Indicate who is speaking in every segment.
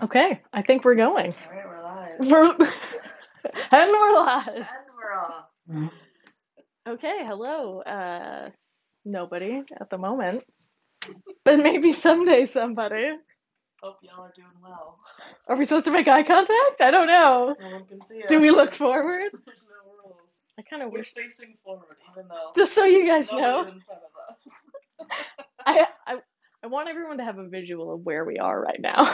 Speaker 1: Okay, I think we're going.
Speaker 2: All right, we're live.
Speaker 1: We're and we're live.
Speaker 2: And we're off.
Speaker 1: Okay, hello. Uh, nobody at the moment, but maybe someday somebody.
Speaker 2: Hope y'all are doing well.
Speaker 1: Are we supposed to make eye contact? I don't know.
Speaker 2: No one can see us.
Speaker 1: Do we look forward?
Speaker 2: There's no rules.
Speaker 1: I kind of
Speaker 2: We're
Speaker 1: wish.
Speaker 2: facing forward, even though
Speaker 1: Just so you guys
Speaker 2: nobody's
Speaker 1: know,
Speaker 2: in front of us.
Speaker 1: I I I want everyone to have a visual of where we are right now.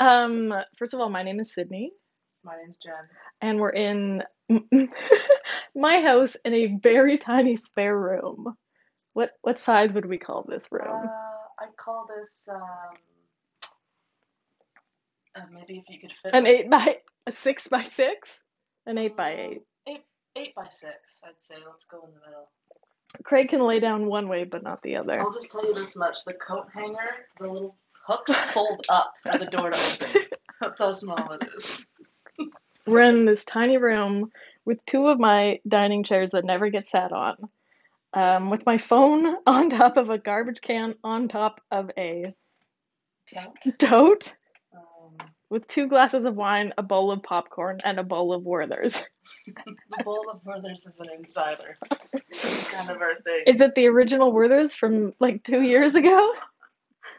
Speaker 1: um, first of all, my name is Sydney.
Speaker 2: My name's Jen.
Speaker 1: and we're in my house in a very tiny spare room. What what size would we call this
Speaker 2: Uh,
Speaker 1: room?
Speaker 2: I'd call this um, uh, maybe if you could fit
Speaker 1: An
Speaker 2: a-
Speaker 1: eight by a six by six, an eight by eight.
Speaker 2: Eight, eight by six, I'd say. Let's go in the middle.
Speaker 1: Craig can lay down one way but not the other.
Speaker 2: I'll just tell you this much: the coat hanger, the little hooks fold up for the door to open. That's how small it is.
Speaker 1: We're in this tiny room with two of my dining chairs that never get sat on, um, with my phone on top of a garbage can on top of a
Speaker 2: Don't.
Speaker 1: tote,
Speaker 2: Um,
Speaker 1: with two glasses of wine, a bowl of popcorn, and a bowl of Werther's.
Speaker 2: the bowl of Werther's is an insider. It's kind of our thing.
Speaker 1: Is it the original Werther's from like two years ago?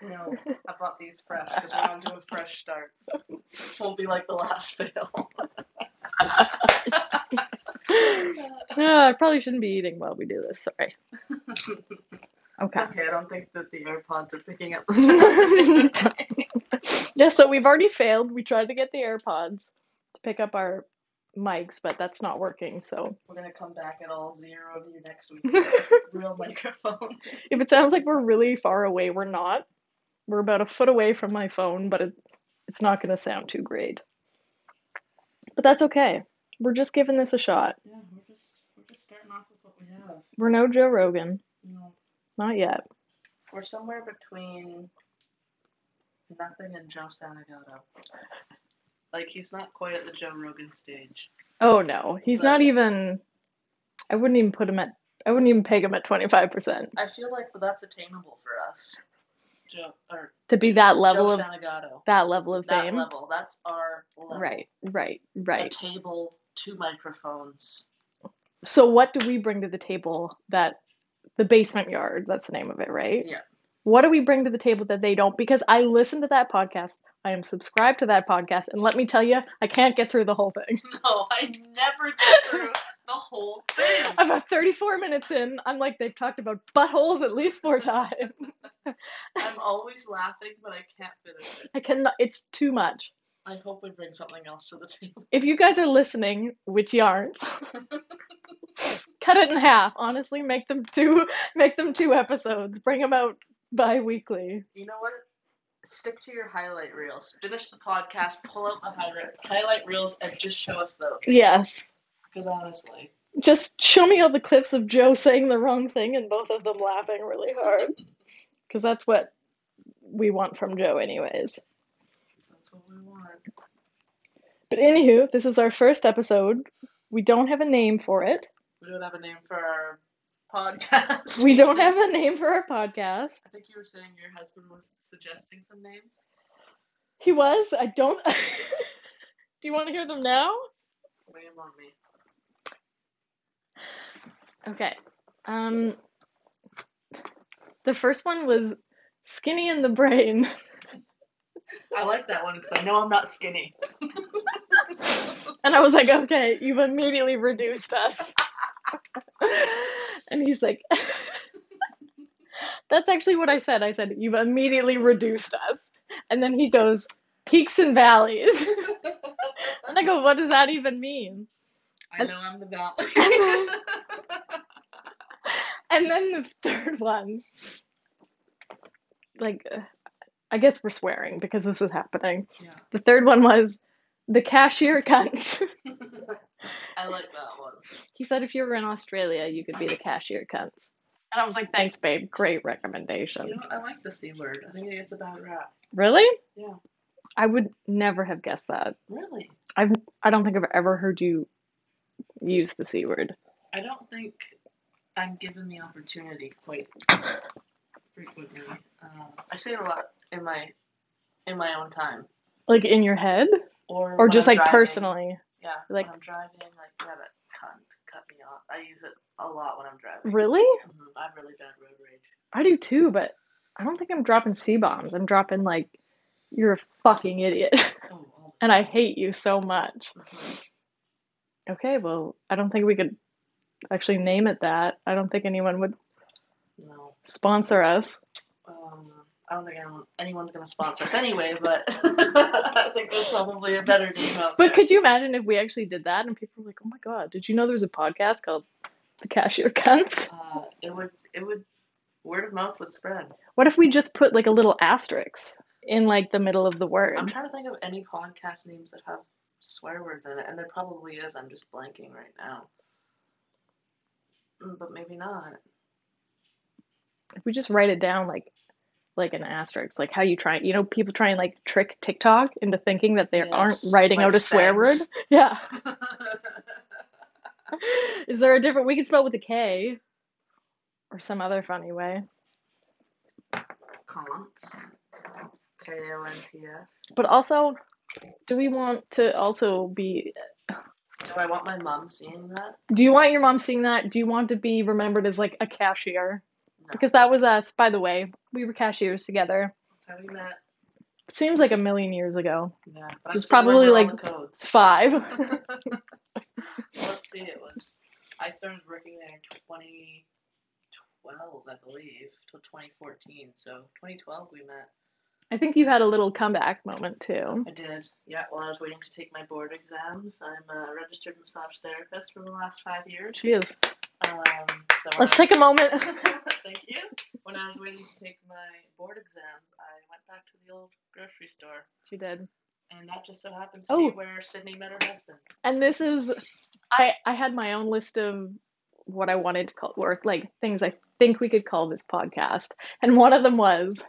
Speaker 2: no, I bought these fresh because we're on to a fresh start. This won't be like the last fail.
Speaker 1: No, I probably shouldn't be eating while we do this. Sorry. Okay.
Speaker 2: okay, I don't think that the AirPods are picking up the sound.
Speaker 1: yeah, so we've already failed. We tried to get the AirPods to pick up our mics, but that's not working. So
Speaker 2: we're gonna come back at all zero of you next week. Real microphone.
Speaker 1: if it sounds like we're really far away, we're not. We're about a foot away from my phone, but it, it's not going to sound too great. But that's okay. We're just giving this a shot.
Speaker 2: Yeah, we're just we're just starting off with what we have.
Speaker 1: We're no Joe Rogan.
Speaker 2: You know,
Speaker 1: Not yet.
Speaker 2: We're somewhere between nothing and Joe Sanagato. Like he's not quite at the Joe Rogan stage.
Speaker 1: Oh no, he's
Speaker 2: But-
Speaker 1: not even. I wouldn't even put him at. I wouldn't even peg him at twenty five percent
Speaker 2: I feel like that's attainable for us. Joe or
Speaker 1: to be that level
Speaker 2: Joe
Speaker 1: of
Speaker 2: Sanagato.
Speaker 1: that level of
Speaker 2: That
Speaker 1: fame.
Speaker 2: level. That's our level.
Speaker 1: Right, right,
Speaker 2: A
Speaker 1: right.
Speaker 2: table, two microphones.
Speaker 1: So what do we bring to the table that the basement yard? That's the name of it, right?
Speaker 2: Yeah.
Speaker 1: What do we bring to the table that they don't? Because I listen to that podcast. I am subscribed to that podcast, and let me tell you, I can't get through the whole thing.
Speaker 2: No, I never get through the whole thing.
Speaker 1: About 34 minutes in, I'm like, they've talked about buttholes at least four times.
Speaker 2: I'm always laughing, but I can't finish it.
Speaker 1: I cannot, it's too much.
Speaker 2: I hope we bring something else to the table.
Speaker 1: if you guys are listening, which you aren't, cut it in half. Honestly, make them two. Make them two episodes. Bring them out bi-weekly.
Speaker 2: You know what? Stick to your highlight reels. Finish the podcast, pull out the highlight highlight reels, and just show us those.
Speaker 1: Yes.
Speaker 2: Because honestly,
Speaker 1: Just show me all the clips of Joe saying the wrong thing and both of them laughing really hard, because that's what we want from Joe, anyways.
Speaker 2: that's what we want.
Speaker 1: But anywho, this is our first episode. We don't have a name for it.
Speaker 2: We don't have a name for our podcast.
Speaker 1: We don't have a name for our podcast.
Speaker 2: I think you were saying your husband was suggesting some names.
Speaker 1: He was. I don't. Do you want to hear them now?
Speaker 2: Lay 'em on me.
Speaker 1: Okay. Um, the first one was skinny in the brain.
Speaker 2: I like that one because I know I'm not skinny.
Speaker 1: And I was like, okay, you've immediately reduced us. and he's like, that's actually what I said. I said, you've immediately reduced us. And then he goes, peaks and valleys. and I go, what does that even mean?
Speaker 2: I know I'm the valley.
Speaker 1: And then the third one, like, uh, I guess we're swearing because this is happening.
Speaker 2: yeah,
Speaker 1: The third one was the cashier cunt.
Speaker 2: I like that one.
Speaker 1: he said if you were in Australia, you could be the cashier cunts. And I was like, thanks, babe. Great
Speaker 2: You
Speaker 1: recommendation.
Speaker 2: know, I like the C word. I think it gets a bad rap.
Speaker 1: Really?
Speaker 2: Yeah.
Speaker 1: I would never have guessed that.
Speaker 2: Really?
Speaker 1: I don't think I've ever heard you use the C word.
Speaker 2: I don't think I'm given the opportunity quite frequently. Um, I say it a lot in my in my own time.
Speaker 1: Like in your head?
Speaker 2: Or,
Speaker 1: Or
Speaker 2: when
Speaker 1: just
Speaker 2: I'm
Speaker 1: like
Speaker 2: driving.
Speaker 1: personally?
Speaker 2: Yeah.
Speaker 1: like-
Speaker 2: when I'm driving, like yeah, that cunt cut me off. I use it a lot when I'm driving.
Speaker 1: Really?
Speaker 2: hmm I have really bad road rage.
Speaker 1: I do too, but I don't think I'm dropping C bombs. I'm dropping like you're a fucking idiot.
Speaker 2: Oh, all the
Speaker 1: and I hate you so much.
Speaker 2: Mhm.
Speaker 1: Okay, well, I don't think we could actually name it that. I don't think anyone would
Speaker 2: No.
Speaker 1: sponsor us.
Speaker 2: Um, I don't think anyone, anyone's gonna sponsor us anyway. But I think there's probably a better name
Speaker 1: But
Speaker 2: out there.
Speaker 1: could you imagine if we actually did that and people were like, "Oh my god, did you know there's a podcast called The Cashier Cunts?"
Speaker 2: uh, it would it would word of mouth would spread.
Speaker 1: What if we just put like a little asterisk in like the middle of the word?
Speaker 2: I'm trying to think of any podcast names that have swear words in it, and there probably is. I'm just blanking right now. Mm, But maybe not.
Speaker 1: if we just write it down like like an asterisk, like how you try, you know, people try and like trick TikTok into thinking that they aren't
Speaker 2: Yes,
Speaker 1: writing
Speaker 2: like
Speaker 1: out a swear word.
Speaker 2: sense.
Speaker 1: Yeah. Is there a different we can spell with a K or some other funny way?
Speaker 2: Cons. K O N T S.
Speaker 1: But also, do we want to also be?
Speaker 2: Do I want my mom seeing that?
Speaker 1: Do you want your mom seeing that? Do you want to be remembered as like a cashier?
Speaker 2: No.
Speaker 1: Because that was us, by the way. We were cashiers together.
Speaker 2: That's how we met.
Speaker 1: Seems like a million years ago.
Speaker 2: Yeah, but
Speaker 1: It's
Speaker 2: I still
Speaker 1: probably
Speaker 2: remember all
Speaker 1: like-
Speaker 2: the
Speaker 1: It's
Speaker 2: codes.
Speaker 1: five.
Speaker 2: Let's see. It was. I started working there in 2012, I believe, till 2014. So 2012 we met.
Speaker 1: I think you had a little comeback moment too.
Speaker 2: I did. Yeah, while I was waiting to take my board exams, I'm a registered massage therapist for the last five years.
Speaker 1: She is.
Speaker 2: Um, so when
Speaker 1: Let's
Speaker 2: I
Speaker 1: take a moment.
Speaker 2: was- Thank you. When I was waiting to take my board exams, I went back to the old grocery store,
Speaker 1: She did.
Speaker 2: and that just so happens to be
Speaker 1: Oh.
Speaker 2: where Sydney met her husband.
Speaker 1: And this is, I I had my own list of what I wanted to call or like things I think we could call this podcast, and one of them was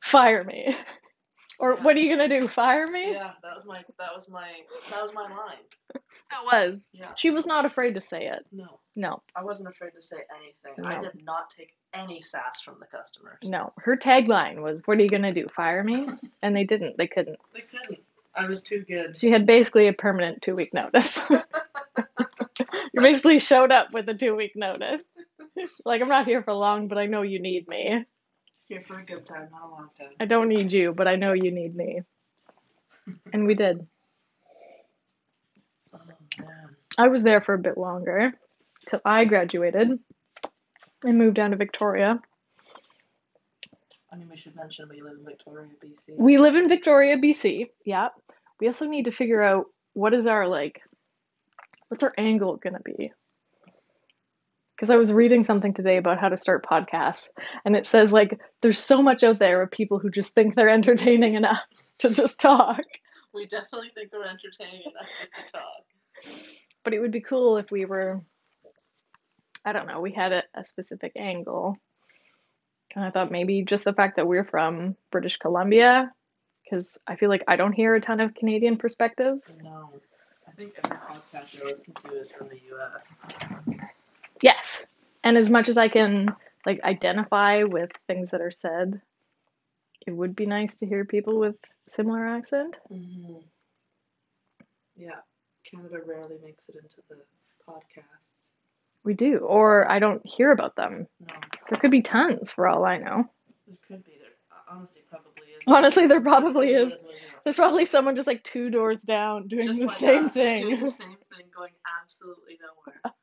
Speaker 1: fire me, or
Speaker 2: Yeah.
Speaker 1: what are you gonna do? Fire me?
Speaker 2: Yeah, that was my that was my that was my line.
Speaker 1: That was.
Speaker 2: Yeah.
Speaker 1: She was not afraid to say it.
Speaker 2: No,
Speaker 1: No,
Speaker 2: I wasn't afraid to say anything. I
Speaker 1: No.
Speaker 2: did not take any sass from the customers.
Speaker 1: no. Her tagline was, "What are you gonna do? Fire me?" And they didn't. They couldn't.
Speaker 2: They couldn't. I was too good.
Speaker 1: She had basically a permanent two week notice. you basically showed up with a two week notice. like, I'm not here for long, but I know you need me.
Speaker 2: Here for a good time, not a long time.
Speaker 1: I don't need you, but I know you need me. And we did.
Speaker 2: Oh man.
Speaker 1: I was there for a bit longer till I graduated and moved down to Victoria.
Speaker 2: I mean, we should mention we live in Victoria, BC.
Speaker 1: We live in Victoria, BC. Yeah. We also need to figure out what is our like what's our angle going to be? Cuz I was reading something today about how to start podcasts and it says like there's so much out there of people who just think they're entertaining enough to just talk.
Speaker 2: We definitely think we're entertaining enough just to talk.
Speaker 1: But it would be cool if we were I don't know, we had a, a specific angle. And I thought maybe just the fact that we're from British Columbia cuz I feel like I don't hear a ton of Canadian perspectives.
Speaker 2: No, I think every podcast I listen to is from the U.S.
Speaker 1: Yes. And as much as I can like identify with things that are said, it would be nice to hear people with similar accent.
Speaker 2: Mm-hmm. Yeah, Canada rarely makes it into the podcasts.
Speaker 1: We do, or I don't hear about them.
Speaker 2: No,
Speaker 1: There could be tons for all I know.
Speaker 2: it could be there. uh, Honestly, probably is.
Speaker 1: Honestly, there probably is.
Speaker 2: Literally is.
Speaker 1: There's probably someone just like two doors down doing
Speaker 2: Just
Speaker 1: the
Speaker 2: like
Speaker 1: same
Speaker 2: us, doing
Speaker 1: thing.
Speaker 2: the same thing, going absolutely nowhere.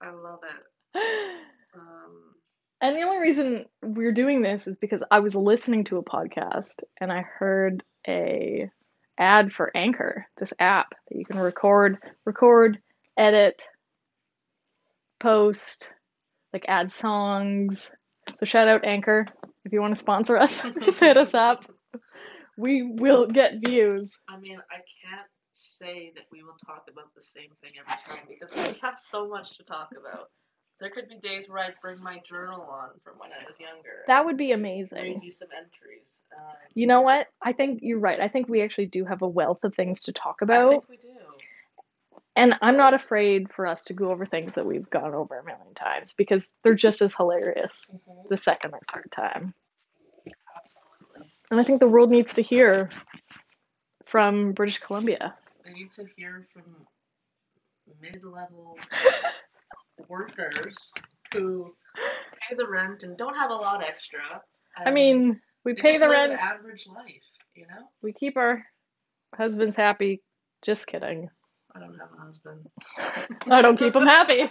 Speaker 2: I love it. Um,
Speaker 1: And the only reason we're doing this is because I was listening to a podcast and I heard a ad for Anchor, this app that you can record, record, edit, post, like add songs. So shout out Anchor if you want to sponsor us, just hit us up. We will get views.
Speaker 2: I mean, I can't say that we will talk about the same thing every time because I just have so much to talk about. There could be days where I'd bring my journal on from when I was younger.
Speaker 1: That would be
Speaker 2: and read
Speaker 1: amazing.
Speaker 2: you some entries. Um,
Speaker 1: You know what? I think you're right. I think we actually do have a wealth of things to talk
Speaker 2: I
Speaker 1: about.
Speaker 2: think we do.
Speaker 1: And I'm not afraid for us to go over things that we've gone over a million times because they're just as hilarious
Speaker 2: Mhm.
Speaker 1: the second or third time.
Speaker 2: Absolutely.
Speaker 1: And I think the world needs to hear from British Columbia.
Speaker 2: I need to hear from mid level workers who pay the rent and don't have a lot extra.
Speaker 1: I mean, we
Speaker 2: and they
Speaker 1: pay
Speaker 2: just
Speaker 1: the
Speaker 2: live an
Speaker 1: rent,
Speaker 2: Average life, you know.
Speaker 1: we keep our husbands happy. Just kidding.
Speaker 2: I don't have a husband.
Speaker 1: I don't keep them happy.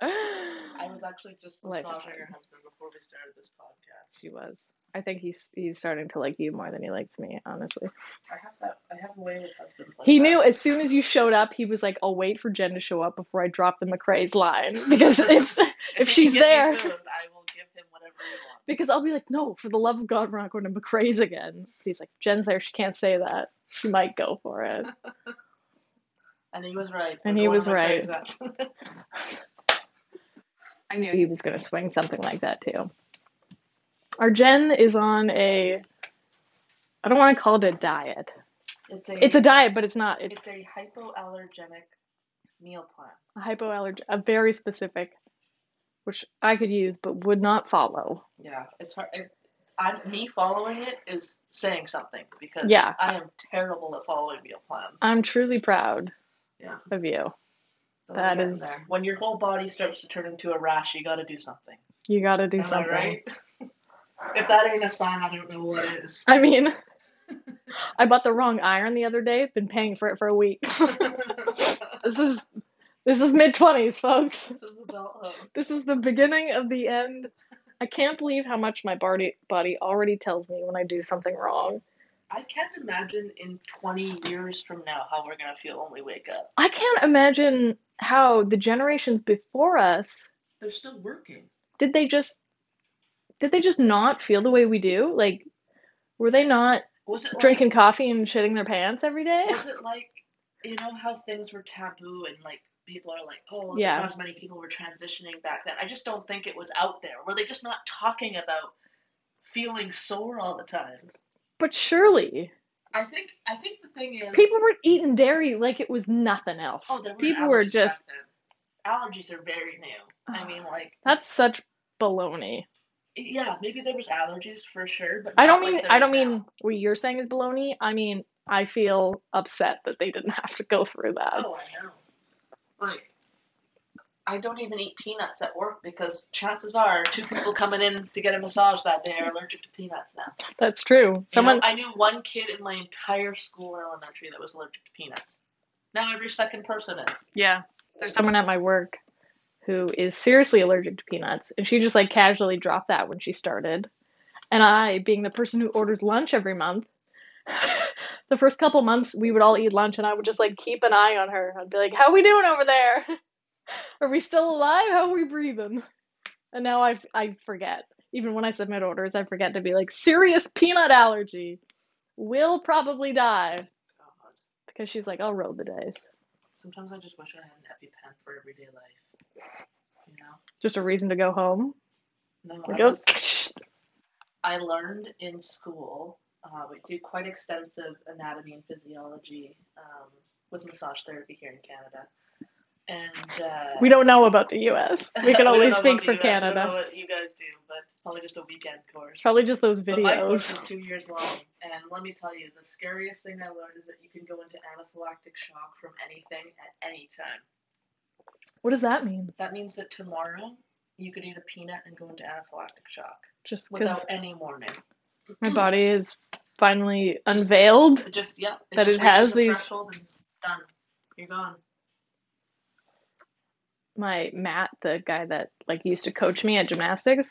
Speaker 2: I was actually just
Speaker 1: Like I
Speaker 2: massaging
Speaker 1: said.
Speaker 2: your husband before we started this podcast.
Speaker 1: She was. I think he's he's starting to like you more than he likes me, honestly.
Speaker 2: I have that. I have a way with husbands. Like
Speaker 1: He
Speaker 2: that.
Speaker 1: knew as soon as you showed up, he was like, I'll wait for Jen to show up before I drop the McRae's line. Because if if
Speaker 2: he
Speaker 1: she's
Speaker 2: can get
Speaker 1: there.
Speaker 2: me food, I will give him whatever he wants.
Speaker 1: because I'll be like, No, for the love of God, we're not going to McRae's again. He's like, Jen's there, she can't say that. She might go for it.
Speaker 2: And he was right.
Speaker 1: And
Speaker 2: We're
Speaker 1: he
Speaker 2: going
Speaker 1: was
Speaker 2: on a
Speaker 1: right.
Speaker 2: cruise after this.
Speaker 1: I knew he was gonna swing something like that too. Our Jen is on a I don't want to call it a diet.
Speaker 2: It's a
Speaker 1: It's a diet, but it's not. It's
Speaker 2: it's a hypoallergenic meal plan.
Speaker 1: a hypoallerg a very specific, which I could use but would not follow.
Speaker 2: Yeah, it's hard. It, I, me following it is saying something because
Speaker 1: Yeah.
Speaker 2: I am terrible at following meal plans.
Speaker 1: I'm truly proud
Speaker 2: Yeah.
Speaker 1: of you.
Speaker 2: But we're
Speaker 1: that
Speaker 2: getting
Speaker 1: is-
Speaker 2: there. when your whole body starts to turn into a rash. You got to do something.
Speaker 1: You got to do
Speaker 2: Am I
Speaker 1: something.
Speaker 2: right? if that ain't a sign, I don't know what is.
Speaker 1: I mean, I bought the wrong iron the other day. Been paying for it for a week.
Speaker 2: this
Speaker 1: This is this is mid 20s, folks.
Speaker 2: is adulthood.
Speaker 1: This is the beginning of the end. I can't believe how much my body body already tells me when I do something wrong.
Speaker 2: I can't imagine in 20 years from now how we're gonna feel when we wake up.
Speaker 1: I can't imagine how the generations before us
Speaker 2: They're still working.
Speaker 1: did they just did they just not feel the way we do? Like were they not
Speaker 2: Was it like,
Speaker 1: drinking coffee and shitting their pants every day?
Speaker 2: Was it like you know how things were taboo and like people are like, oh,
Speaker 1: Yeah.
Speaker 2: not as many people were transitioning back then. I just don't think it was out there. Were they just not talking about feeling sore all the time?
Speaker 1: But surely
Speaker 2: I think I think the thing is
Speaker 1: people were eating dairy like it was nothing else.
Speaker 2: oh, there were
Speaker 1: people were
Speaker 2: allergies
Speaker 1: just
Speaker 2: back then. allergies are very new. I mean, like
Speaker 1: that's such baloney.
Speaker 2: yeah, maybe there was allergies for sure, but
Speaker 1: I
Speaker 2: not
Speaker 1: don't
Speaker 2: like
Speaker 1: mean
Speaker 2: there
Speaker 1: I
Speaker 2: is
Speaker 1: don't
Speaker 2: now.
Speaker 1: mean what you're saying is baloney. I mean I feel upset that they didn't have to go through that.
Speaker 2: Oh, I know. Like, I don't even eat peanuts at work because chances are two people coming in to get a massage that day are allergic to peanuts now. You
Speaker 1: That's true. Someone
Speaker 2: know, I knew one kid in my entire school in elementary that was allergic to peanuts. Now every second person is.
Speaker 1: Yeah. There's someone at my work who is seriously allergic to peanuts, and she just like casually dropped that when she started. And I, being the person who orders lunch every month, the first couple months we would all eat lunch, and I would just like keep an eye on her. I'd be like, "How we doing over there? Are we still alive? How are we breathing?" And now I I forget. Even when I submit orders, I forget to be like serious peanut allergy. Will probably die
Speaker 2: God.
Speaker 1: because she's like, I'll roll the dice.
Speaker 2: Sometimes I just wish I had an EpiPen for everyday life. You know?
Speaker 1: Just a reason to go home.
Speaker 2: No,
Speaker 1: It
Speaker 2: I
Speaker 1: goes.
Speaker 2: just- I learned in school, uh, we do quite extensive anatomy and physiology um, with massage therapy here in Canada. And uh,
Speaker 1: We don't know about the U.S. We can only
Speaker 2: don't know
Speaker 1: speak
Speaker 2: about
Speaker 1: for
Speaker 2: the US, we don't know
Speaker 1: Canada.
Speaker 2: what you guys do, but it's probably just a weekend
Speaker 1: It's
Speaker 2: course.
Speaker 1: probably just those
Speaker 2: But my course
Speaker 1: videos.
Speaker 2: is two years long, and let me tell you, the scariest thing I learned is that you can go into anaphylactic shock from anything at any time.
Speaker 1: What does that mean?
Speaker 2: That means that tomorrow you could eat a peanut and go into anaphylactic shock
Speaker 1: Just
Speaker 2: without
Speaker 1: because
Speaker 2: any warning.
Speaker 1: my body is finally unveiled.
Speaker 2: It just yeah. It
Speaker 1: That
Speaker 2: just
Speaker 1: it has
Speaker 2: reaches a
Speaker 1: these-
Speaker 2: threshold and done. You're gone.
Speaker 1: My Matt, the guy that like used to coach me at gymnastics,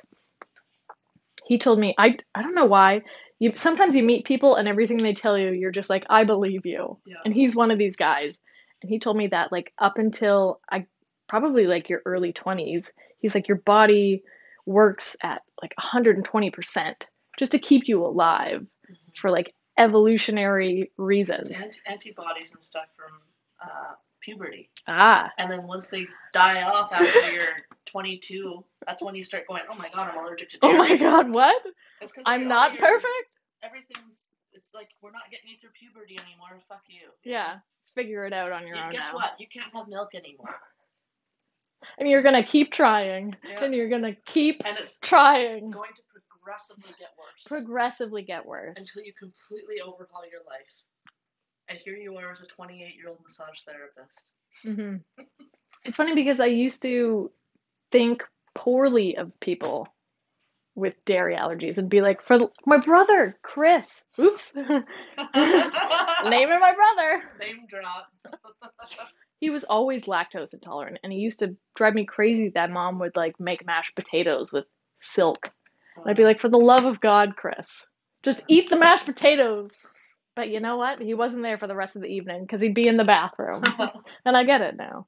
Speaker 1: he told me I I don't know why. You sometimes you meet people and everything they tell you, you're just like I believe you.
Speaker 2: Yeah.
Speaker 1: And he's one of these guys. And he told me that like up until I probably like your early 20s, he's like your body works at like 120% just to keep you alive
Speaker 2: Mhm.
Speaker 1: for like evolutionary
Speaker 2: It's
Speaker 1: reasons.
Speaker 2: ant- antibodies and stuff from uh, puberty,
Speaker 1: Ah,
Speaker 2: and then once they die off after you're 22, that's when you start going, oh my god, I'm allergic to dairy.
Speaker 1: oh my god, what?
Speaker 2: It's 'cause
Speaker 1: I'm
Speaker 2: you're-
Speaker 1: not
Speaker 2: you're-
Speaker 1: perfect?
Speaker 2: Everything's. It's like we're not getting you through puberty anymore. Fuck you.
Speaker 1: Yeah. Figure it out on your
Speaker 2: You-
Speaker 1: own
Speaker 2: guess
Speaker 1: now.
Speaker 2: what? You can't have milk anymore.
Speaker 1: And you're going to keep trying.
Speaker 2: Yeah.
Speaker 1: And you're going to keep
Speaker 2: And it's
Speaker 1: trying.
Speaker 2: going to progress. progressively get worse
Speaker 1: progressively get worse.
Speaker 2: until you completely overhaul your life. And here you are as a 28 year old massage therapist.
Speaker 1: hmm It's funny because I used to think poorly of people with dairy allergies and be like, for the- my brother, Chris. Oops. Name of my brother.
Speaker 2: Name drop.
Speaker 1: He was always lactose intolerant and he used to drive me crazy that mom would like make mashed potatoes with silk. And I'd be like, for the love of God, Chris, just eat the mashed potatoes. But you know what? He wasn't there for the rest of the evening because he'd be in the bathroom.
Speaker 2: oh
Speaker 1: and I get it now.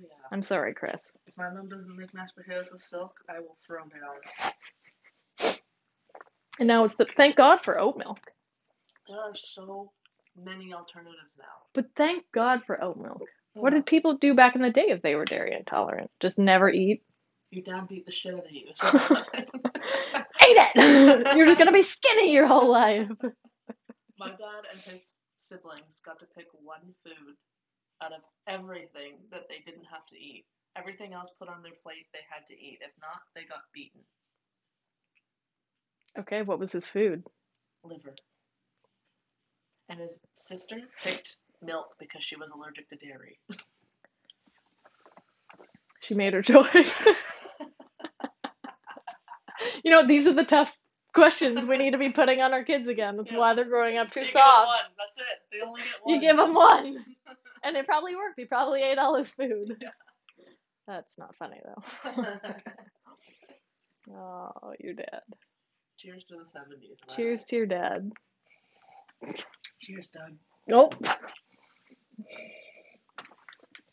Speaker 2: yeah.
Speaker 1: I'm sorry, Chris.
Speaker 2: If my mom doesn't make mashed potatoes with silk, I will throw down.
Speaker 1: And now it's the thank God for oat milk.
Speaker 2: There are so many alternatives now.
Speaker 1: But thank God for oat milk. What did people do back in the day if they were dairy intolerant? Just never eat?
Speaker 2: you downbeat the shit out of you? So-
Speaker 1: Eat it! You're just gonna be skinny your whole life.
Speaker 2: my dad and his siblings got to pick one food out of everything that they didn't have to eat. Everything else put on their plate they had to eat. If not, they got beaten.
Speaker 1: Okay, what was his food?
Speaker 2: Liver. And his sister picked milk because she was allergic to dairy.
Speaker 1: She made her choice. you know, these are the tough questions we need to be putting on our kids again. That's
Speaker 2: Yeah.
Speaker 1: why they're growing up too
Speaker 2: You get
Speaker 1: soft.
Speaker 2: one. That's it. They only get one.
Speaker 1: You give them one. And it probably worked. He probably ate all his food.
Speaker 2: Yeah.
Speaker 1: That's not funny though. Oh, your dad.
Speaker 2: Cheers to the 70s. man.
Speaker 1: Cheers to your dad.
Speaker 2: Cheers, Doug.
Speaker 1: Nope.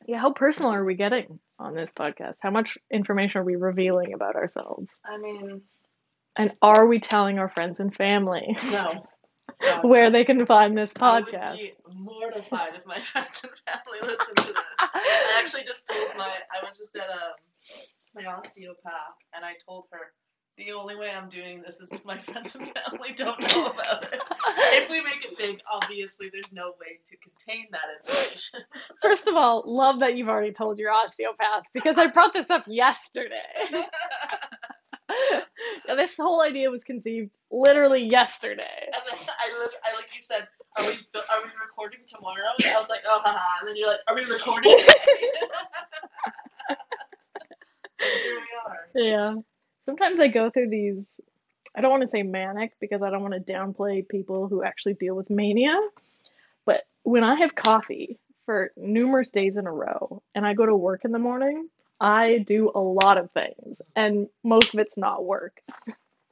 Speaker 1: Yeah, how personal are we getting on this podcast? How much information are we revealing about ourselves?
Speaker 2: I mean,
Speaker 1: And are we telling our friends and family
Speaker 2: no.
Speaker 1: where they can find this
Speaker 2: I would
Speaker 1: podcast?
Speaker 2: be mortified if my friends and family listened to this. I actually just told my I was just at um my osteopath and I told her the only way I'm doing this is if my friends and family don't know about it. If we make it big, obviously there's no way to contain that information.
Speaker 1: First of all, love that you've already told your osteopath because I brought this up yesterday.
Speaker 2: and
Speaker 1: Yeah, this whole idea was conceived literally yesterday.
Speaker 2: then I look, I like you said, are we are we recording tomorrow? And I was like, oh haha. And then you're like, are we recording? Today? And Here we are.
Speaker 1: Yeah. Sometimes I go through these, I don't want to say manic because I don't want to downplay people who actually deal with mania. But when I have coffee for numerous days in a row and I go to work in the morning, I do a lot of things, and most of it's not work.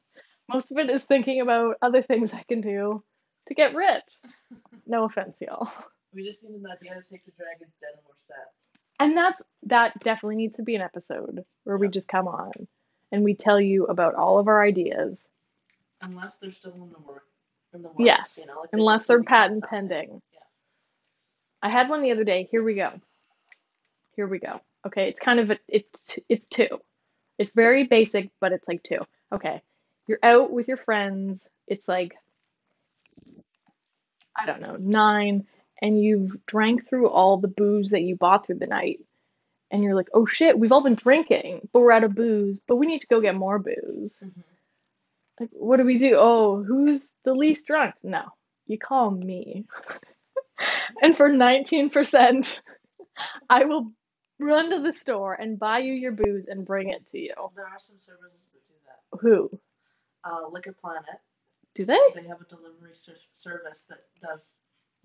Speaker 1: most of it is thinking about other things I can do to get rich. No offense, y'all.
Speaker 2: We just need an idea to take the dragon's den and we're set.
Speaker 1: And that's that definitely needs to be an episode where we
Speaker 2: Yeah.
Speaker 1: just come on and we tell you about all of our ideas,
Speaker 2: Unless they're still in the work. In the works,
Speaker 1: Yes,
Speaker 2: You know, like they
Speaker 1: unless
Speaker 2: just
Speaker 1: they're
Speaker 2: become
Speaker 1: patent
Speaker 2: something.
Speaker 1: pending.
Speaker 2: Yeah.
Speaker 1: I had one the other day. Here we go. Here we go. Okay, it's kind of a, it's it's two. It's very basic, but it's like two. Okay. You're out with your friends. It's like I don't know, 9 and you've drank through all the booze that you bought through the night. And you're like, "Oh shit, we've all been drinking, but we're out of booze, but we need to go get more booze."
Speaker 2: Mhm.
Speaker 1: Like, what do we do? Oh, who's the least drunk? No, you call me. and for 19%, I will run to the store and buy you your booze and bring it to you.
Speaker 2: There are some services that do that.
Speaker 1: Who?
Speaker 2: Uh, Liquor Planet,
Speaker 1: Do they?
Speaker 2: they have a delivery ser- service that does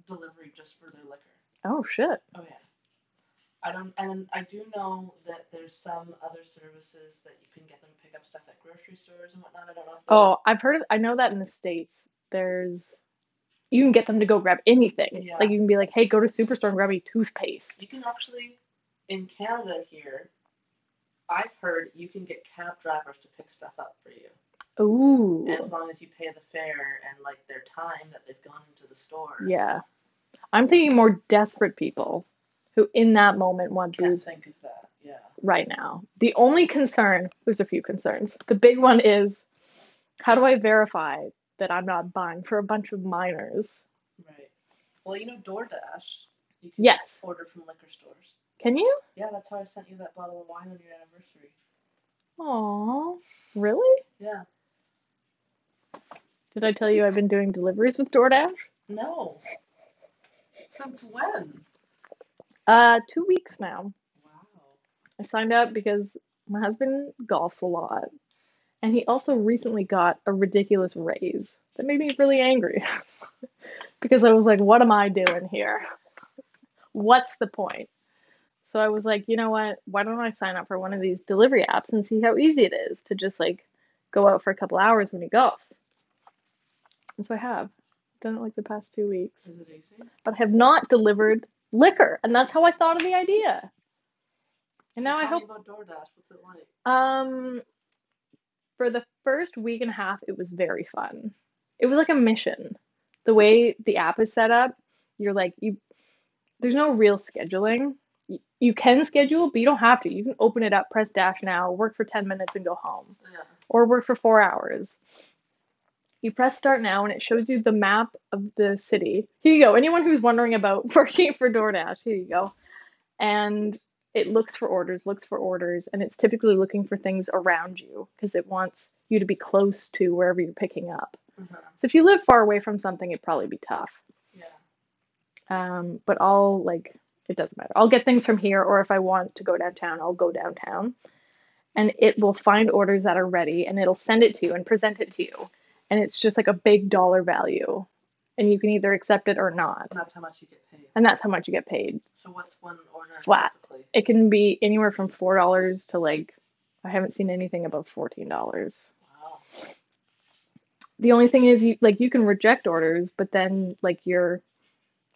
Speaker 2: delivery just for their liquor.
Speaker 1: Oh, shit.
Speaker 2: Oh yeah. I don't, and I do know that there's some other services that you can get them to pick up stuff at grocery stores and whatnot. I don't know if they're-
Speaker 1: Oh, I've heard of, I know that in the States, there's, you can get them to go grab anything.
Speaker 2: Yeah.
Speaker 1: Like, you can be like, hey, go to Superstore and grab me toothpaste.
Speaker 2: You can actually, in Canada here, I've heard you can get cab drivers to pick stuff up for you.
Speaker 1: Ooh.
Speaker 2: as long as you pay the fare and like their time that they've gone into the store.
Speaker 1: Yeah. I'm thinking more desperate people who, in that moment, want
Speaker 2: Can't
Speaker 1: booze
Speaker 2: think of that. Yeah.
Speaker 1: right now. The only concern, there's a few concerns. The big one is how do I verify that I'm not buying for a bunch of minors?
Speaker 2: Right. Well, you know DoorDash. You can
Speaker 1: Yes.
Speaker 2: order from liquor stores.
Speaker 1: Can you?
Speaker 2: Yeah, that's how I sent you that bottle of wine on your anniversary.
Speaker 1: Aw, really?
Speaker 2: Yeah.
Speaker 1: Did I tell you I've been doing deliveries with DoorDash?
Speaker 2: No. Since when?
Speaker 1: Uh, two weeks now.
Speaker 2: Wow.
Speaker 1: I signed up because my husband golfs a lot, and he also recently got a ridiculous raise that made me really angry because I was like, "What am I doing here? What's the point?" So I was like, "You know what? Why don't I sign up for one of these delivery apps and see how easy it is to just like go out for a couple hours when he golfs?" And so I have done it like the past two weeks
Speaker 2: Is it easy?
Speaker 1: but have not delivered liquor. And that's how I thought of the idea.
Speaker 2: So
Speaker 1: And now I
Speaker 2: tell me
Speaker 1: hope-
Speaker 2: about DoorDash. What's it like?
Speaker 1: Um, for the first week and a half, it was very fun. It was like a mission. The way the app is set up, you're like you. There's no real scheduling. You, you can schedule, but you don't have to. You can open it up, press dash now, work for ten minutes, and go home
Speaker 2: Yeah.
Speaker 1: or work for four hours. You press start now and it shows you the map of the city. Here you go. Anyone who's wondering about working for DoorDash, here you go. And it looks for orders, looks for orders, and it's typically looking for things around you because it wants you to be close to wherever you're picking up.
Speaker 2: Uh-huh.
Speaker 1: So if you live far away from something, it'd probably be tough.
Speaker 2: Yeah.
Speaker 1: Um, but I'll like it doesn't matter. I'll get things from here, or if I want to go downtown, I'll go downtown, and it will find orders that are ready, and it'll send it to you and present it to you, and it's just like a big dollar value, and you can either accept it or not,
Speaker 2: And that's how much you get paid.
Speaker 1: and that's how much you get paid.
Speaker 2: So what's one order
Speaker 1: Flat.
Speaker 2: typically?
Speaker 1: It can be anywhere from four dollars to like I haven't seen anything above fourteen dollars.
Speaker 2: Wow.
Speaker 1: the only thing is you like you can reject orders but then like your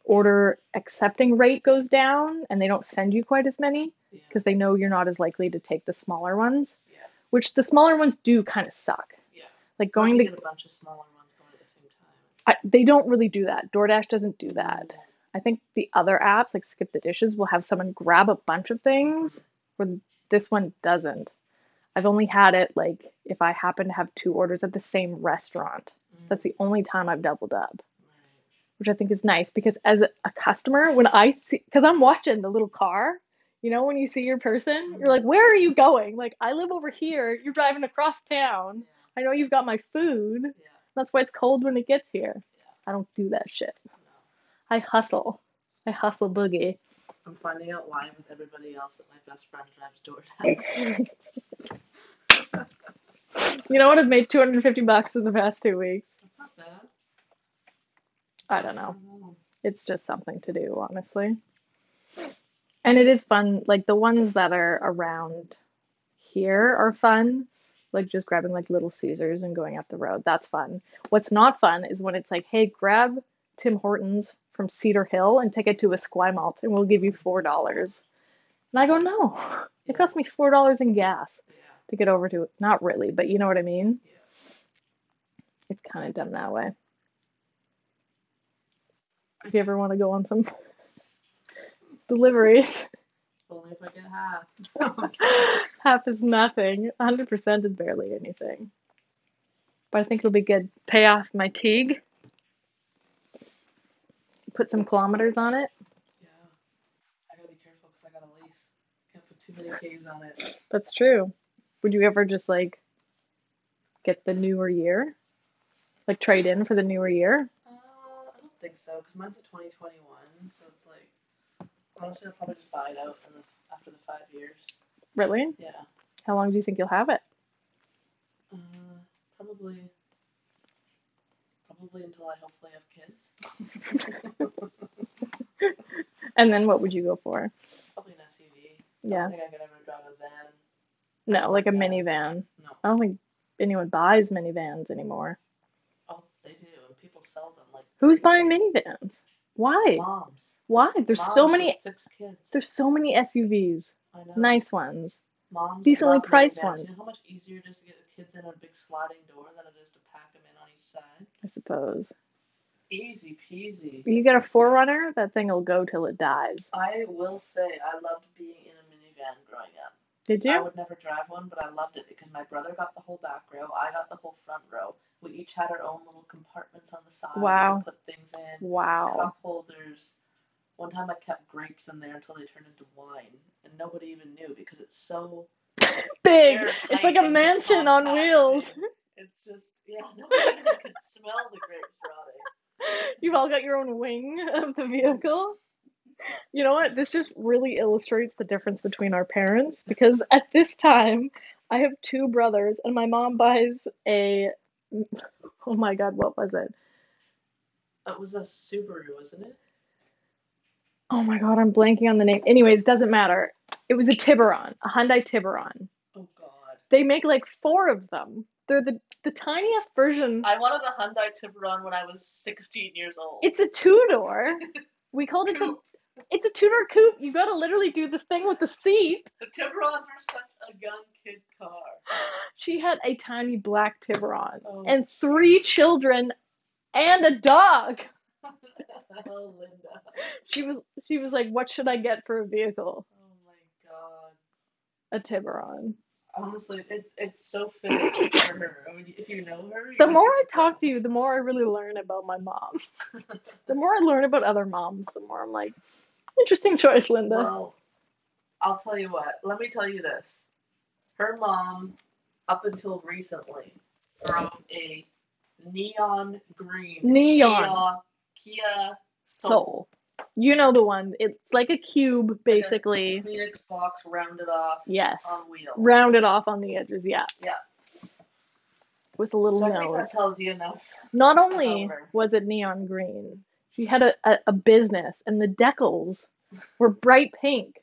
Speaker 1: order accepting rate goes down and they don't send you quite as many
Speaker 2: Yeah.
Speaker 1: because they know you're not as likely to take the smaller ones
Speaker 2: Yeah.
Speaker 1: which the smaller ones do kind of suck
Speaker 2: Yeah.
Speaker 1: like
Speaker 2: Unless
Speaker 1: going
Speaker 2: you
Speaker 1: to
Speaker 2: get a bunch of smaller ones going at the same time.
Speaker 1: I, they don't really do that DoorDash doesn't do that I think the other apps like Skip the Dishes will have someone grab a bunch of things where this one doesn't I've only had it like if I happen to have two orders at the same restaurant
Speaker 2: Mm-hmm.
Speaker 1: that's the only time I've doubled up which I think is nice because as a, a customer, when I see, because I'm watching the little car, you know, when you see your person, you're like, where are you going? Like, I live over here. You're driving across town.
Speaker 2: Yeah.
Speaker 1: I know you've got my food.
Speaker 2: Yeah.
Speaker 1: That's why it's cold when it gets here.
Speaker 2: Yeah.
Speaker 1: I don't do that shit.
Speaker 2: No.
Speaker 1: I hustle. I hustle boogie.
Speaker 2: I'm finding out live with everybody else that my best friend drives DoorDash.
Speaker 1: You know what? I've made 250 bucks in the past two weeks.
Speaker 2: That's not bad.
Speaker 1: I don't know. It's just something to do, honestly. And it is fun. Like the ones that are around here are fun. Like just grabbing like Little Caesars and going up the road. That's fun. What's not fun is when it's like, hey, grab Tim Hortons from Cedar Hill and take it to Esquimalt and we'll give you four dollars. And I go, no. It cost me four dollars in gas
Speaker 2: Yeah.
Speaker 1: to get over to it. Not really, but you know what I mean?
Speaker 2: Yeah.
Speaker 1: It's kind of done that way. If you ever want to go on some deliveries,
Speaker 2: Only if I get half.
Speaker 1: half is nothing, 100% is barely anything. But I think it'll be good. Pay off my Teague, put some kilometers on it.
Speaker 2: Yeah. I gotta be careful because I got a lease. Can't put too many K's on it.
Speaker 1: That's true. Would you ever just like get the newer year? Like trade in for the newer year?
Speaker 2: Uh, I don't think so because mine's a 2021, so it's like honestly I'll probably just buy it out in the, after the five years.
Speaker 1: Really?
Speaker 2: Yeah.
Speaker 1: How long do you think you'll have it?
Speaker 2: Uh, probably. Probably until I hopefully have kids.
Speaker 1: And then what would you go for?
Speaker 2: Probably an SUV. I
Speaker 1: Yeah.
Speaker 2: don't think I could ever drive a van.
Speaker 1: No, like a
Speaker 2: Yeah.
Speaker 1: minivan.
Speaker 2: No.
Speaker 1: I don't think anyone buys minivans anymore.
Speaker 2: Oh, they do, and people sell them like.
Speaker 1: Who's
Speaker 2: crazy.
Speaker 1: buying minivans? Why?
Speaker 2: Moms.
Speaker 1: Why? There's so
Speaker 2: Moms
Speaker 1: many
Speaker 2: with six kids.
Speaker 1: there's so many SUVs.
Speaker 2: I know.
Speaker 1: Nice ones.
Speaker 2: Moms
Speaker 1: decently
Speaker 2: love
Speaker 1: priced
Speaker 2: minivans.
Speaker 1: ones.
Speaker 2: You know how much easier it is to get the kids in a big sliding door than it is to pack them in on each side.
Speaker 1: I suppose.
Speaker 2: Easy peasy.
Speaker 1: You get a forerunner, that thing'll go till it dies.
Speaker 2: I will say I loved being in a minivan growing up.
Speaker 1: Did
Speaker 2: I
Speaker 1: you?
Speaker 2: would never drive one, but I loved it because my brother got the whole back row, I got the whole front row. We each had our own little compartments on the side. we could
Speaker 1: Wow.
Speaker 2: Put things in.
Speaker 1: Wow.
Speaker 2: Cup holders. One time I kept grapes in there until they turned into wine, and nobody even knew because it's so
Speaker 1: Big.
Speaker 2: airtight
Speaker 1: It's like a
Speaker 2: and
Speaker 1: mansion on
Speaker 2: compact,
Speaker 1: wheels.
Speaker 2: baby. It's just yeah, nobody even could smell the grapes rotting.
Speaker 1: You've all got your own wing of the vehicle. You know what? This just really illustrates the difference between our parents because at this time, I have two brothers, and my mom buys a. Oh my God, what was it?
Speaker 2: That was a Subaru, wasn't it?
Speaker 1: Oh my God, I'm blanking on the name. Anyways, doesn't matter. It was a Tiburon, a Hyundai Tiburon.
Speaker 2: Oh God.
Speaker 1: They make like four of them. They're the, the tiniest version.
Speaker 2: I wanted a Hyundai Tiburon when I was 16 years old.
Speaker 1: It's a two door. We called it the. It's a two door coupe. You've got to literally do this thing with the seat.
Speaker 2: The Tiburons were such a young kid car.
Speaker 1: She had a tiny black Tiburon
Speaker 2: Oh.
Speaker 1: and three children and a dog.
Speaker 2: oh, Linda.
Speaker 1: She was she was like, "What should I get for a vehicle?
Speaker 2: Oh my God.
Speaker 1: A Tiburon."
Speaker 2: Honestly, it's it's so fitting for her. I mean, if you know her.
Speaker 1: The
Speaker 2: you'd
Speaker 1: more
Speaker 2: be
Speaker 1: I talk to
Speaker 2: surprised.
Speaker 1: you, the more I really learn about my mom. the more I learn about other moms, the more I'm like, "Interesting choice, Linda."
Speaker 2: Well, I'll tell you what. Let me tell you this. Her mom, up until recently, drove a neon green
Speaker 1: Neon.
Speaker 2: Kia, Kia Soul.
Speaker 1: Soul. You know the one. It's like a cube
Speaker 2: a-
Speaker 1: basically.
Speaker 2: Phoenix box rounded off
Speaker 1: Yes.
Speaker 2: on wheels.
Speaker 1: Rounded off on the edges, yeah.
Speaker 2: Yeah.
Speaker 1: With a little
Speaker 2: so I think
Speaker 1: nose.
Speaker 2: that tells you enough.
Speaker 1: Not only
Speaker 2: However.
Speaker 1: was it neon green, she had a, a, a business and the decals were bright pink.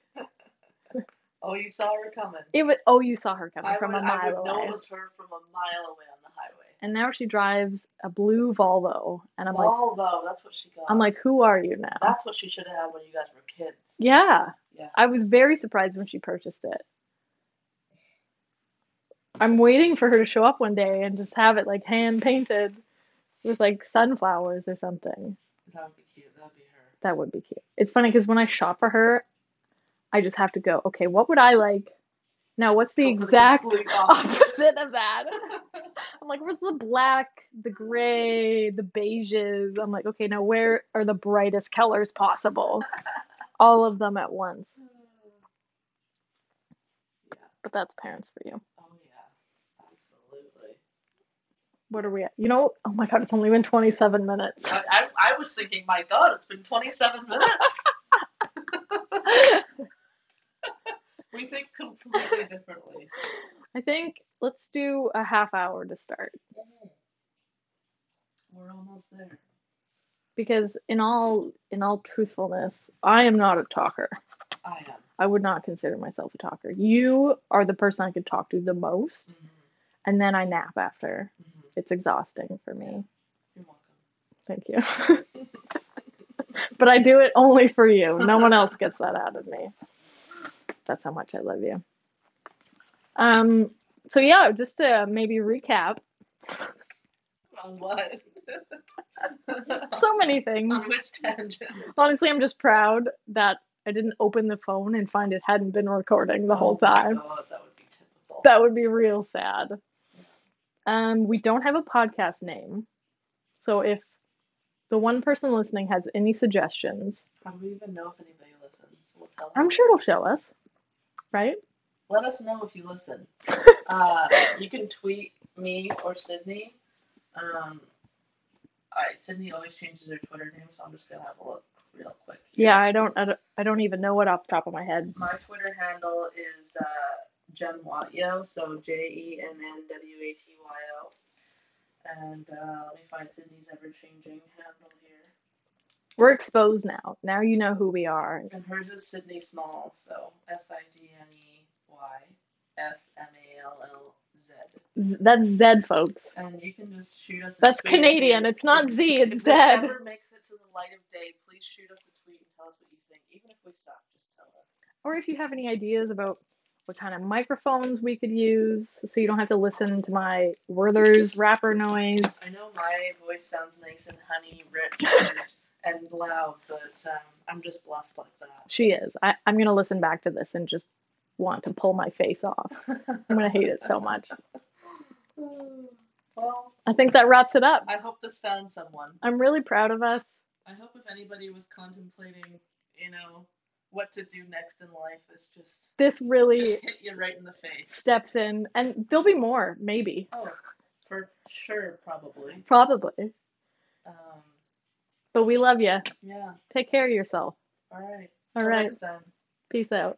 Speaker 2: Oh, you saw her coming.
Speaker 1: It was oh you saw her coming
Speaker 2: I
Speaker 1: from
Speaker 2: would,
Speaker 1: a
Speaker 2: I
Speaker 1: mile
Speaker 2: would know
Speaker 1: away.
Speaker 2: it was her from a mile away on the highway.
Speaker 1: And now she drives a blue Volvo and I'm like
Speaker 2: Although that's what she got.
Speaker 1: I'm like, who are you now?
Speaker 2: that's what she should have had when you guys were kids.
Speaker 1: yeah.
Speaker 2: Yeah.
Speaker 1: I was very surprised when she purchased it. I'm waiting for her to show up one day and just have it like hand painted with like sunflowers or something.
Speaker 2: That would be cute. That would be her.
Speaker 1: That would be cute. It's funny because when I shop for her, I just have to go, okay, what would I like? Now, what's the
Speaker 2: Go for
Speaker 1: exact
Speaker 2: complete opposite.
Speaker 1: opposite of that? I'm like, where's the black, the gray, the beiges? I'm like, okay, now where are the brightest colors possible? All of them at once.
Speaker 2: yeah.
Speaker 1: But that's parents for you.
Speaker 2: Oh yeah. Absolutely.
Speaker 1: What are we at? You know, oh my God, it's only been 27 minutes.
Speaker 2: I, I, I was thinking, my God, it's been 27 minutes. we think completely differently.
Speaker 1: I think let's do a half hour to start
Speaker 2: We're almost there.
Speaker 1: because in all in all truthfulness, I am not a talker.
Speaker 2: I am.
Speaker 1: I would not consider myself a talker. You are the person I could talk to the most,
Speaker 2: Mm-hmm.
Speaker 1: and then I nap after.
Speaker 2: Mm-hmm.
Speaker 1: It's exhausting for me.
Speaker 2: You're welcome.
Speaker 1: Thank you. but I do it only for you. No one else gets that out of me. That's how much I love you. Um so yeah, just to maybe recap
Speaker 2: On what?
Speaker 1: so many things.
Speaker 2: On which tangent?
Speaker 1: Honestly, I'm just proud that I didn't open the phone and find it hadn't been recording the whole
Speaker 2: Oh my
Speaker 1: time.
Speaker 2: God, that would be typical.
Speaker 1: That would be real sad. Um, we don't have a podcast name. So if the one person listening has any suggestions,
Speaker 2: How do we even know if anybody listens? We'll tell them.
Speaker 1: I'm sure it'll show us. Right?
Speaker 2: Let us know if you listen. uh, you can tweet me or Sydney. Um, I, Sydney always changes her Twitter name, so I'm just gonna have a look real quick. here.
Speaker 1: Yeah, I don't I don't, I don't even know what off the top of my head.
Speaker 2: My Twitter handle is uh, Jen Watyo, so J E N N W A T Y O. And uh, let me find Sydney's ever changing handle here.
Speaker 1: We're exposed now. Now you know who we are.
Speaker 2: And hers is Sydney Small, so S I D N E Y S M A L L Z.
Speaker 1: Z- that's Zed, folks.
Speaker 2: And you can just shoot us. a
Speaker 1: That's
Speaker 2: tweet if
Speaker 1: Canadian.
Speaker 2: you-
Speaker 1: It's not
Speaker 2: if-
Speaker 1: Z, it's
Speaker 2: If this
Speaker 1: Zed.
Speaker 2: ever makes it to the light of day, please shoot us a tweet and tell us what you think. Even if we suck, just tell us.
Speaker 1: Or if you have any ideas about what kind of microphones we could use so you don't have to listen to my Werther's rapper noise.
Speaker 2: I know my voice sounds nice and honey rich and, and loud, but um, I'm just blessed like that.
Speaker 1: She is. I, I'm going to listen back to this and just want to pull my face off. I'm going to hate it so much.
Speaker 2: well,
Speaker 1: I think that wraps it up.
Speaker 2: I hope this found someone.
Speaker 1: I'm really proud of us.
Speaker 2: I hope if anybody was contemplating, you know, what to do next in life, this just
Speaker 1: This really
Speaker 2: just hit you right in the face.
Speaker 1: steps in, and there'll be more, maybe.
Speaker 2: Oh, For sure, probably.
Speaker 1: Probably.
Speaker 2: Um,
Speaker 1: But we love you.
Speaker 2: yeah.
Speaker 1: Take care of yourself.
Speaker 2: All right.
Speaker 1: All
Speaker 2: Till
Speaker 1: right.
Speaker 2: Next time.
Speaker 1: Peace out.